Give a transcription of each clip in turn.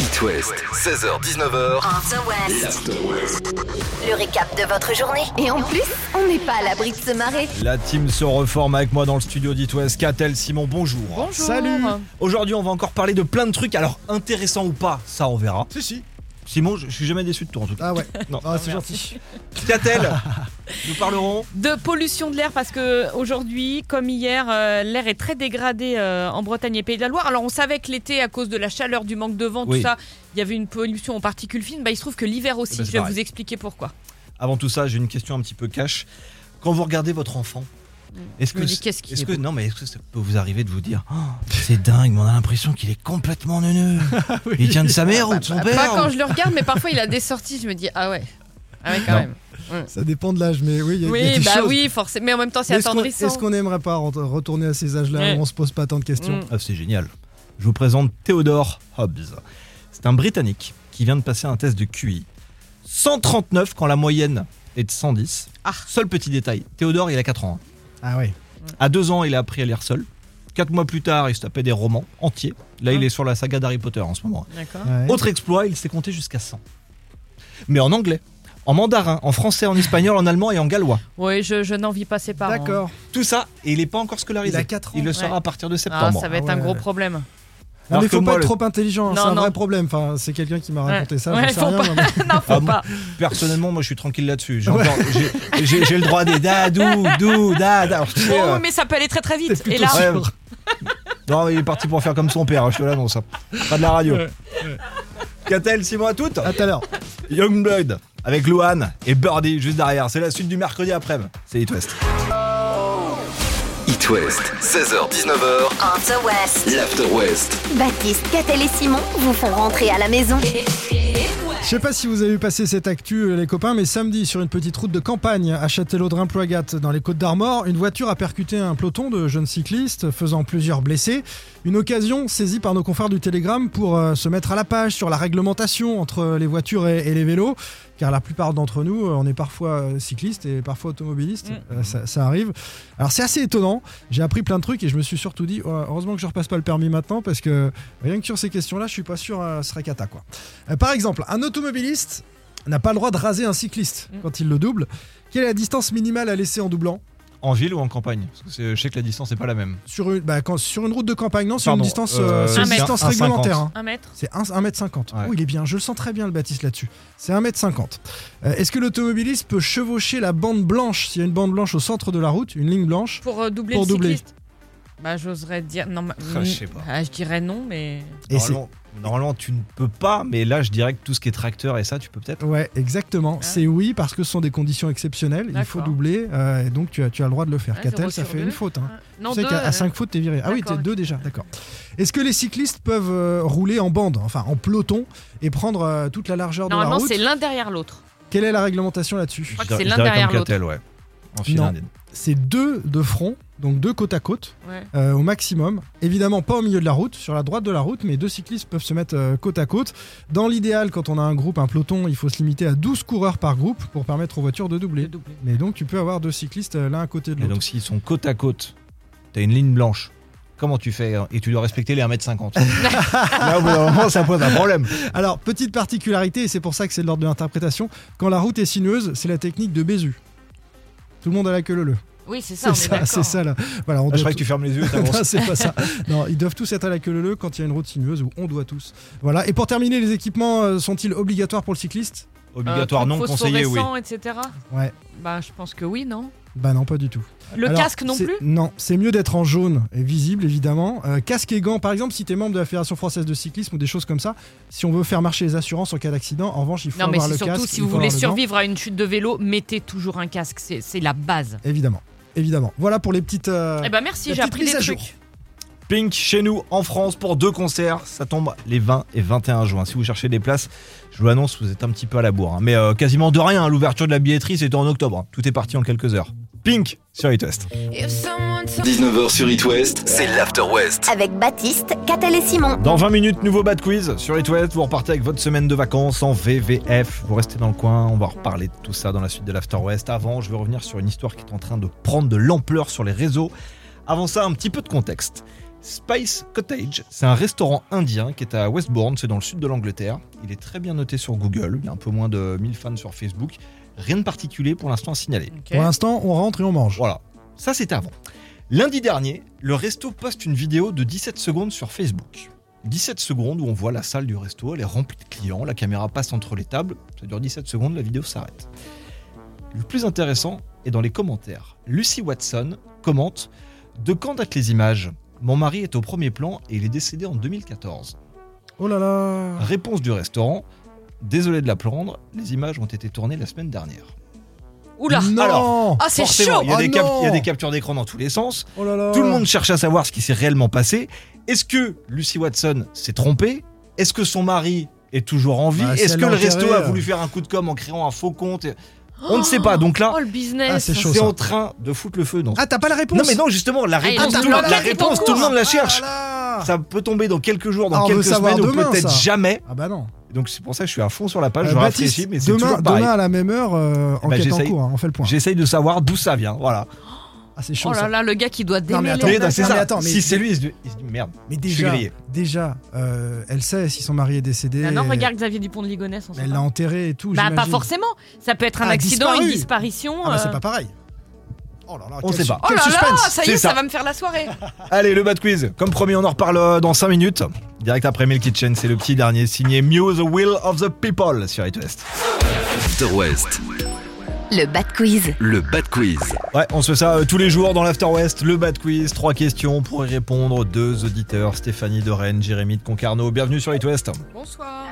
It West, 16h-19h, After West, l'After West. le récap de votre journée. Et en plus, on n'est pas à l'abri de se marrer. La team se reforme avec moi dans le studio d'Itwest. Catel, Simon, bonjour. Bonjour. Salut. Aujourd'hui, on va encore parler de plein de trucs. Alors, intéressant ou pas, ça, on verra. Si, si. Simon, je, je suis jamais déçu de toi en tout cas. Ah ouais. Non. Ah, c'est gentil. Catel, nous parlerons. De pollution de l'air parce que aujourd'hui, comme hier, euh, l'air est très dégradé euh, en Bretagne et Pays de la Loire. Alors on savait que l'été, à cause de la chaleur, du manque de vent, Oui. tout ça, il y avait une pollution en particules fines. Bah, il se trouve que l'hiver aussi. Eh ben, c'est je vais pareil. vous expliquer pourquoi. Avant tout ça, j'ai une question un petit peu cash. Quand vous regardez votre enfant, est-ce Mm. Je me dis, qu'est-ce qu'il est-ce est que beau. non mais est-ce que ça peut vous arriver de vous dire Oh, c'est dingue, mais on a l'impression qu'il est complètement neuneux. Il tient de sa mère ou de Ah son ben, père Pas quand je le regarde, mais parfois il a des sorties. Je me dis ah ouais, ah ouais quand Non. même. Ça dépend de l'âge, mais oui, il y a, il y a Oui, des bah choses. oui, forcément. Mais en même temps, c'est Mais Est-ce qu'on attendrissant. est-ce qu'on aimerait pas rent- retourner à ces âges-là Ouais. où on se pose pas tant de questions Mm. Ah, c'est génial. Je vous présente Theodore Hobbs. C'est un Britannique qui vient de passer un test de QI. 139 quand la moyenne est de 110. Ah. Seul petit détail, Théodore, il a 4 ans. hein. Ah ouais. À 2 ans, il a appris à lire seul. 4 mois plus tard, il se tapait des romans entiers. Hein. Là, il est sur la saga d'Harry Potter en ce moment. D'accord. ouais. Autre exploit, il s'est compté jusqu'à 100. Mais en anglais, en mandarin, en français, en espagnol, en allemand et en gallois. Oui, je, je n'envie pas ses parents. D'accord. Tout ça, et il n'est pas encore scolarisé. Il a quatre ans. le sera Ouais. à partir de Ah, septembre. ça va être Ah un ouais. gros problème. Non, Alors mais que faut pas moi, être le- trop intelligent, hein, Non, c'est un non. vrai problème. Enfin, c'est quelqu'un qui m'a raconté ça, Ouais, j'en sais faut rien. pas. moi, non, faut Ah bon pas. Personnellement, moi, je suis tranquille là-dessus. J'ai encore- j'ai- j'ai- j'ai le droit des da, dou, dou, da, da. Alors, tu sais, Oh, euh, oui, mais ça peut aller très très mais vite. Et plutôt là, Ouais. sûr. Non, mais il est parti pour faire comme son père, hein, je te l'annonce. hein. Pas de la radio. Catel, Simon à toutes. À tout à l'heure. Youngblood avec Luan et Birdie juste derrière. C'est la suite du mercredi après-midi. C'est It West. It West, 16h-19h, After West. l'After West. Baptiste, Catel et Simon vous font rentrer à la maison. Je sais pas si vous avez vu passer cette actu, euh, les copains, mais samedi, sur une petite route de campagne à Châtelleraudrin-Ploagat, dans les Côtes-d'Armor, une voiture a percuté un peloton de jeunes cyclistes, faisant plusieurs blessés. Une occasion saisie par nos confrères du Télégramme pour euh, se mettre à la page sur la réglementation entre euh, les voitures et, et les vélos, car la plupart d'entre nous, euh, on est parfois euh, cyclistes et parfois automobilistes, Mm. Euh, ça, ça arrive. Alors c'est assez étonnant, j'ai appris plein de trucs et je me suis surtout dit, oh, heureusement que je repasse pas le permis maintenant, parce que rien que sur ces questions-là, je suis pas sûr, euh, ce serait cata, quoi. Euh, Par exemple, un automobiliste n'a pas le droit de raser un cycliste Mm. quand il le double. Quelle est la distance minimale à laisser en doublant En ville ou en campagne Parce que c'est- je sais que la distance n'est pas la même. sur une, bah, quand- sur une route de campagne Non, sur une Pardon, distance, euh, euh, c'est un une mètre. distance Un cinquante. réglementaire. hein. un mètre. C'est 1 1m50. Ouais. Oh, il est bien, je le sens très bien le Baptiste là-dessus. C'est 1m50. Euh, Est-ce que l'automobiliste peut chevaucher la bande blanche S'il y a une bande blanche au centre de la route, une ligne blanche Pour euh, doubler Pour le doubler. cycliste Bah j'oserais dire non mais- Ah, je sais pas. Ah, je dirais non mais Et c'est- normalement, normalement, tu ne peux pas, mais là, je dirais que tout ce qui est tracteur et ça, tu peux peut-être. Ouais, exactement. C'est oui parce que ce sont des conditions exceptionnelles. Il faut Ah. D'accord. doubler euh, et donc tu as, tu as le droit de le faire. Ouais, Catel, zéro ça sur fait deux. une faute. hein. Ah, non tu sais deux, qu'à euh, 5 fautes, t'es viré. Ah oui, t'es D'accord, deux ok. déjà, d'accord. Est-ce que les cyclistes peuvent euh, rouler en bande, enfin en peloton, et prendre euh, toute la largeur de la Normalement route c'est l'un derrière l'autre. Quelle est la réglementation là-dessus crois que Je dirais- c'est l'un je dirais derrière comme l'autre. Catel, ouais. En file Non. indienne. C'est deux de front, donc deux côte à côte, Ouais. euh, au maximum. Évidemment, pas au milieu de la route, sur la droite de la route, mais deux cyclistes peuvent se mettre euh, côte à côte. Dans l'idéal, quand on a un groupe, un peloton, il faut se limiter à 12 coureurs par groupe pour permettre aux voitures de de doubler. doubler. Mais donc, tu peux avoir deux cyclistes euh, l'un à côté de Et l'autre. donc, s'ils sont côte à côte, t'as une ligne blanche. Comment tu fais hein Et tu dois respecter les 1m50. Là, au bout d'un moment, ça pose un problème. Alors, petite particularité, et c'est pour ça que c'est de l'ordre de l'interprétation, quand la route est sinueuse, c'est la technique de Bézu. Tout le monde a la queue le le. Oui c'est ça. C'est on est ça, d'accord. c'est ça là. Voilà, on Ah, je doit crois que tu fermes les yeux et tous- t'avances. Non, c'est pas ça. Non, ils doivent tous être à la queue le le quand il y a une route sinueuse où on doit tous. Voilà. Et pour terminer, les équipements euh, sont-ils obligatoires pour le cycliste Un Euh, Obligatoire, Euh, truc non conseillé, oui. phosphorescent, etc. Ouais. Bah je pense que oui non. Bah non, pas du tout. Le Alors, casque non c'est- plus. Non, c'est mieux d'être en jaune et visible évidemment. Euh, casque et gants, par exemple, si t'es membre de la Fédération française de cyclisme ou des choses comme ça, si on veut faire marcher les assurances en cas d'accident, en revanche, il faut Non mais avoir c'est le surtout casque, si il vous faut avoir voulez le gant. survivre à une chute de vélo mettez toujours un casque c'est c'est la base. Évidemment, évidemment. Voilà pour les petites. euh, Eh ben merci la j'ai petite appris des mise à trucs. jour. Pink chez nous en France pour deux concerts. Ça tombe les 20 et 21 juin. Si vous cherchez des places, je vous l'annonce, vous êtes un petit peu à la bourre. hein. Mais euh, quasiment de rien. hein. L'ouverture de la billetterie, c'était en octobre. hein. Tout est parti en quelques heures. Pink sur It West. 19h sur It West, c'est l'After West. Avec Baptiste, Catel et Simon. Dans 20 minutes, nouveau bad quiz sur It West. Vous repartez avec votre semaine de vacances en VVF. Vous restez dans le coin. On va reparler de tout ça dans la suite de l'After West. Avant, je vais revenir sur une histoire qui est en train de prendre de l'ampleur sur les réseaux. Avant ça, un petit peu de contexte. Spice Cottage. C'est un restaurant indien qui est à Westbourne, c'est dans le sud de l'Angleterre. Il est très bien noté sur Google, il y a un peu moins de 1000 fans sur Facebook. Rien de particulier pour l'instant à signaler. Ok. Pour l'instant, on rentre et on mange. Voilà, ça c'était avant. Lundi dernier, le resto poste une vidéo de 17 secondes sur Facebook. 17 secondes où on voit la salle du resto, elle est remplie de clients, la caméra passe entre les tables, ça dure 17 secondes, la vidéo s'arrête. Le plus intéressant est dans les commentaires. Lucy Watson commente De quand datent les images Mon mari est au premier plan et il est décédé en 2014. Oh là là Réponse du restaurant Désolé de la prendre, les images ont été tournées la semaine dernière. Oula Non Alors, Ah, c'est Forcément, chaud il y a Ah des cap- non il y a des captures d'écran dans tous les sens. Oh là là Tout le monde cherche à savoir ce qui s'est réellement passé. Est-ce que Lucy Watson s'est trompée Est-ce que son mari est toujours en vie Bah, si Est-ce elle que l'a le resto enterré, a euh. voulu faire un coup de com en créant un faux compte On ne sait pas. Donc là, Oh le business Ah, c'est chaud. c'est ça. en train de foutre le feu dans. Ah, t'as pas la réponse non mais non, justement, la Ah, ils réponse, ont tout, le monde- la l'enquête est en réponse, tout le cours. monde la cherche. Ah, là là Ça peut tomber dans quelques jours, Ah, dans on veut quelques savoir semaines, ou demain, peut-être ça. jamais. Ah bah non. Donc c'est pour ça que je suis à fond sur la page. Euh, je Baptiste, rafraîchis, mais c'est demain, toujours pareil. Eh ben, demain à la même heure, euh, enquête en j'essaye. cours, hein, on fait le point. J'essaye de savoir d'où ça vient. Voilà. Ah, c'est chaud. Oh ça. là là, le gars qui doit Non, démêler. mais attends, Mais mais non, c'est ça. attends, mais- si c'est lui, il se dit il se dit, merde. Mais Je suis déjà, grillé. déjà euh, elle sait si son mari est décédé. Ah non, regarde Xavier Dupont de Ligonnès, on Mais sait Elle pas. l'a enterré et tout. Bah pas j'imagine. forcément. Ça peut être un Ah, accident, disparu. une disparition. Ah bah, c'est euh. pas pareil. Oh là là, On quel sait su- pas. Oh quel là là, suspense. ça y C'est est, ça. ça. va me faire la soirée. Allez, le bad quiz. Comme promis, on en reparle euh, dans 5 minutes. Direct après Milk Kitchen, c'est le petit dernier signé Mew, The Will of the People sur It West. After West, Le Bad Quiz. le Bad Quiz. Ouais, on se fait ça euh, tous les jours dans l'After West, le bad quiz. Trois questions pour y répondre. Deux auditeurs, Stéphanie de Rennes, Jérémy de Concarneau. Bienvenue sur It West. Bonsoir.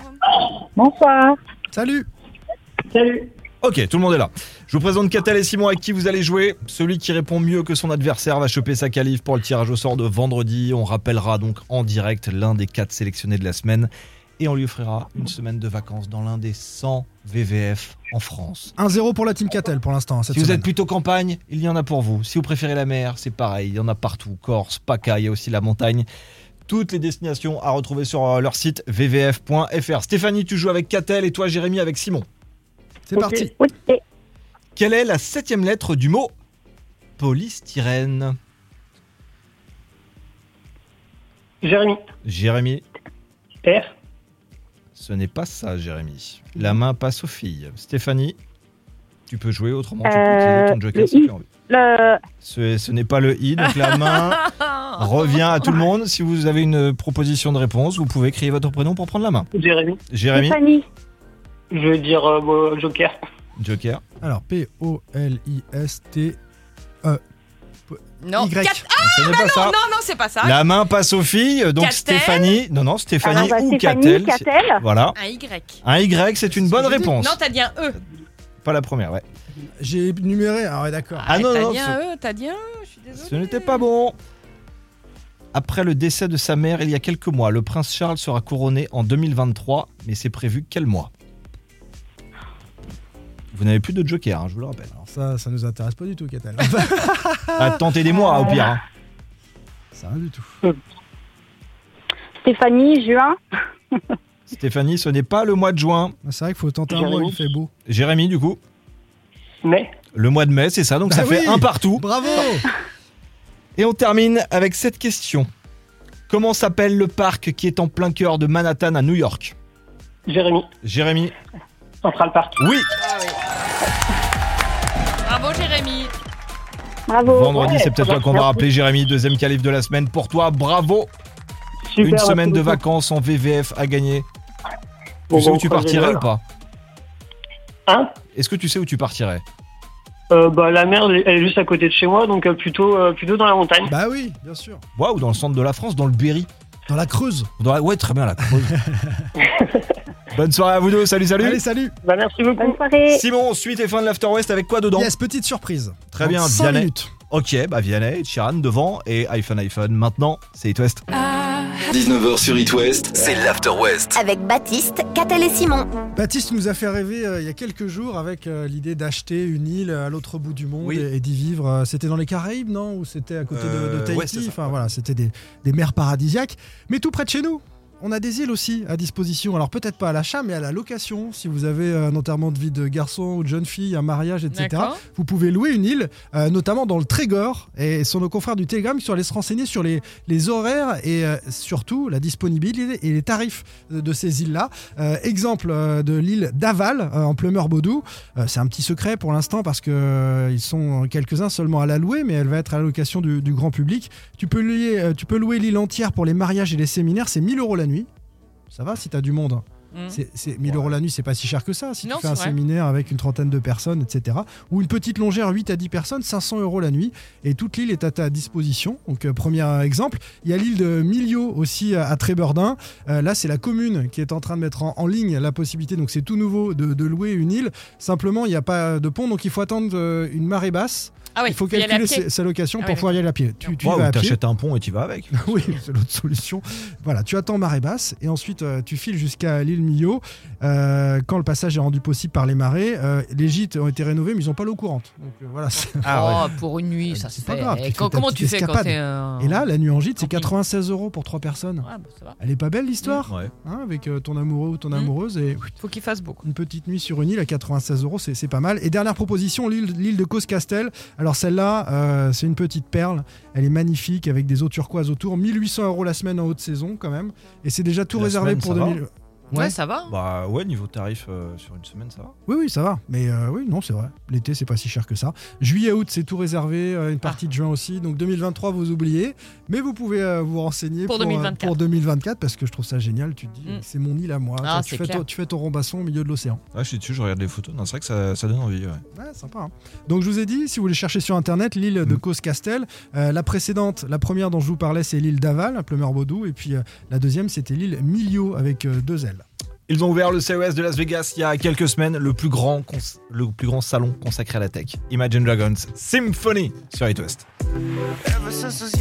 Bonsoir. Salut Salut. Ok, tout le monde est là. Je vous présente Catel et Simon avec qui vous allez jouer. Celui qui répond mieux que son adversaire va choper sa qualif pour le tirage au sort de vendredi. On rappellera donc en direct l'un des quatre sélectionnés de la semaine et on lui offrira une semaine de vacances dans l'un des 100 VVF en France. 1-0 pour la team Catel pour l'instant. Cette Si vous semaine. êtes plutôt campagne, il y en a pour vous. Si vous préférez la mer, c'est pareil, il y en a partout. Corse, PACA, il y a aussi la montagne. Toutes les destinations à retrouver sur euh, leur site vvf.fr. Stéphanie, tu joues avec Catel et toi, Jérémy, avec Simon. C'est Ok. parti. Ok. Quelle est la septième lettre du mot polystyrène Jérémy. Jérémy, R. ce n'est pas ça, Jérémy. La main passe aux filles. Stéphanie, tu peux jouer autrement. Tu peux Euh, utiliser ton joker le si i. tu as envie. Le. Ce, ce n'est pas le i, donc la main revient à tout le monde. Si vous avez une proposition de réponse, vous pouvez crier votre prénom pour prendre la main. Jérémy. Jérémy, Stéphanie. Je veux dire euh, bon, Joker. joker. Alors, P-O-L-I-S-T-Y. Non. Cat- ce n'est pas Non, ça. non, non, c'est pas ça. La main passe aux filles. Donc Catel. Stéphanie, non, non, Stéphanie Alors, bah, ou Stéphanie, Catel. Catel. Voilà. Un Y. Un Y, c'est une C'est ce bonne que j'ai dit. réponse. Non, t'as dit un E. Pas la première, ouais. J'ai numéré. Ah ouais, d'accord. Ah non, t'as non, dit ce- un E, t'as dit un E, je suis désolée. Ce n'était pas bon. Après le décès de sa mère il y a quelques mois, le prince Charles sera couronné en 2023, mais c'est prévu quel mois Vous n'avez plus de joker, hein, je vous le rappelle. Alors ça, ça nous intéresse pas du tout, Catel. Ah, tentez des mois, au pire. hein. ça rien du tout. Stéphanie, juin, Stéphanie, ce n'est pas le mois de juin. C'est vrai qu'il faut tenter un mois, il fait beau. Jérémy, du coup, Mais. le mois de mai, c'est ça, donc Bah ça fait oui. un partout. Bravo Et on termine avec cette question. Comment s'appelle le parc qui est en plein cœur de Manhattan à New York Jérémy. Jérémy Central Park. Oui Bravo, Jérémy. bravo. Vendredi, ouais, c'est peut-être toi ça va, qu'on va merci. rappeler, Jérémy. Deuxième calife de la semaine pour toi. Bravo Super. Une merci semaine de beaucoup. vacances en VVF à gagner. Bon, Tu sais bon, où tu on croise les partirais doigts. ou pas Hein Est-ce que tu sais où tu partirais Euh, bah, la mer, elle est juste à côté de chez moi, donc euh, plutôt, euh, plutôt dans la montagne. Bah oui, bien sûr. Waouh, dans le centre de la France, dans le Berry. Dans la Creuse. Dans la- Ouais, très bien, la Creuse. Bonne soirée à vous deux. Salut, salut. Allez, salut Bah, merci beaucoup. Bonne soirée. Simon, suite et fin de l'After West avec quoi dedans Yes, petite surprise. Très bien, 5 Vianney. minutes. Ok, bah Vianney, Chiran devant et iPhone iPhone. Maintenant, c'est It West. 19h sur It West, c'est l'After West. Avec Baptiste, Catel et Simon. Baptiste nous a fait rêver euh, il y a quelques jours avec euh, l'idée d'acheter une île à l'autre bout du monde Oui. et, et d'y vivre. Euh, C'était dans les Caraïbes, non Ou c'était à côté de- de, Euh, ouais, Tahiti c'est ça, Enfin ouais. voilà, c'était des, des mers paradisiaques, mais tout près de chez nous. on a des îles aussi à disposition. Alors peut-être pas à l'achat, mais à la location. Si vous avez euh, un enterrement de vie de garçon ou de jeune fille, un mariage, etc. D'accord. Vous pouvez louer une île, euh, notamment dans le Trégor. Et ce sont nos confrères du Telegram qui sont allés se renseigner sur les, les horaires et euh, surtout la disponibilité et les tarifs de, de ces îles-là. Euh, exemple euh, de l'île d'Aval euh, en Pleumeur-Baudou. Euh, c'est un petit secret pour l'instant parce que euh, ils sont quelques-uns seulement à la louer, mais elle va être à la location du, du grand public. Tu peux louer, euh, tu peux louer l'île entière pour les mariages et les séminaires, c'est 1000 euros la nuit. Ça va si t'as du monde. Hmm. C'est, c'est 1000 euros la nuit, c'est pas si cher que ça. Si Non, tu fais un c'est vrai. séminaire avec une trentaine de personnes, etc. Ou une petite longère 8 à 10 personnes, 500 euros la nuit. Et toute l'île est à ta disposition. Donc, euh, premier euh, exemple. Il y a l'île de Millau aussi euh, à Trébordin. Euh, là, c'est la commune qui est en train de mettre en, en ligne la possibilité. Donc, c'est tout nouveau de, de louer une île. Simplement, il n'y a pas de pont, donc il faut attendre euh, une marée basse. Ah ouais, il faut y aller à calculer pied. sa, sa location Ah pour ouais, pouvoir y aller à pied. Tu, tu Ouais, vas ou à pied. t'achètes un pont et tu vas avec. Oui, c'est l'autre solution. Voilà, tu attends marée basse et ensuite euh, tu files jusqu'à l'île Millau. Euh, quand le passage est rendu possible par les marées, euh, les gîtes ont été rénovés, mais ils n'ont pas l'eau courante. Donc euh, voilà. c'est- Ah Oh, pour une nuit, ça se C'est pas fait. grave, tu Et fais co- ta comment petite tu fais quand escapade. t'es. euh, Et là, la nuit en gîte, c'est Camping. 96 euros pour trois personnes. Ah, bah, ça va. Elle est pas belle l'histoire, Ouais. hein, avec euh, ton amoureux ou ton Mm. amoureuse et Faut qu'il fasse beau. quoi. une petite nuit sur une île à 96 euros, c'est c'est pas mal. Et dernière proposition, l'île l'île de Cause-Castel. Alors celle-là, euh, c'est une petite perle. Elle est magnifique avec des eaux turquoises autour. 1800 euros la semaine en haute saison quand même. Et c'est déjà tout La réservé semaine, pour ça va 2000. Ouais, Ouais. ça va. Bah ouais, niveau tarif euh, sur une semaine, ça va. Oui, oui, ça va. Mais euh, oui, non, c'est vrai. L'été, c'est pas si cher que ça. Juillet, août, c'est tout réservé. euh, une partie de juin aussi. Donc 2023, vous oubliez. Mais vous pouvez euh, vous renseigner Pour euh, 2024. pour 2024, parce que je trouve ça génial. Tu te dis, Mm. c'est mon île à moi. Ah, Toi, c'est tu, fais clair. ton, tu fais ton rembasson au milieu de l'océan. Ah, je suis dessus, je regarde les photos. Non, c'est vrai que ça, ça donne envie. Ouais. Ouais, sympa. hein. Donc je vous ai dit, si vous voulez chercher sur internet, l'île de Mm. Cause-Castel. Euh, la précédente, la première dont je vous parlais, c'est l'île d'Aval, à Pleumeur-Baudou. Et puis euh, la deuxième, c'était l'île Millau avec euh, deux ailes. Ils ont ouvert le CES de Las Vegas il y a quelques semaines, le plus grand, cons- le plus grand salon consacré à la tech. Imagine Dragons Symphony sur It West.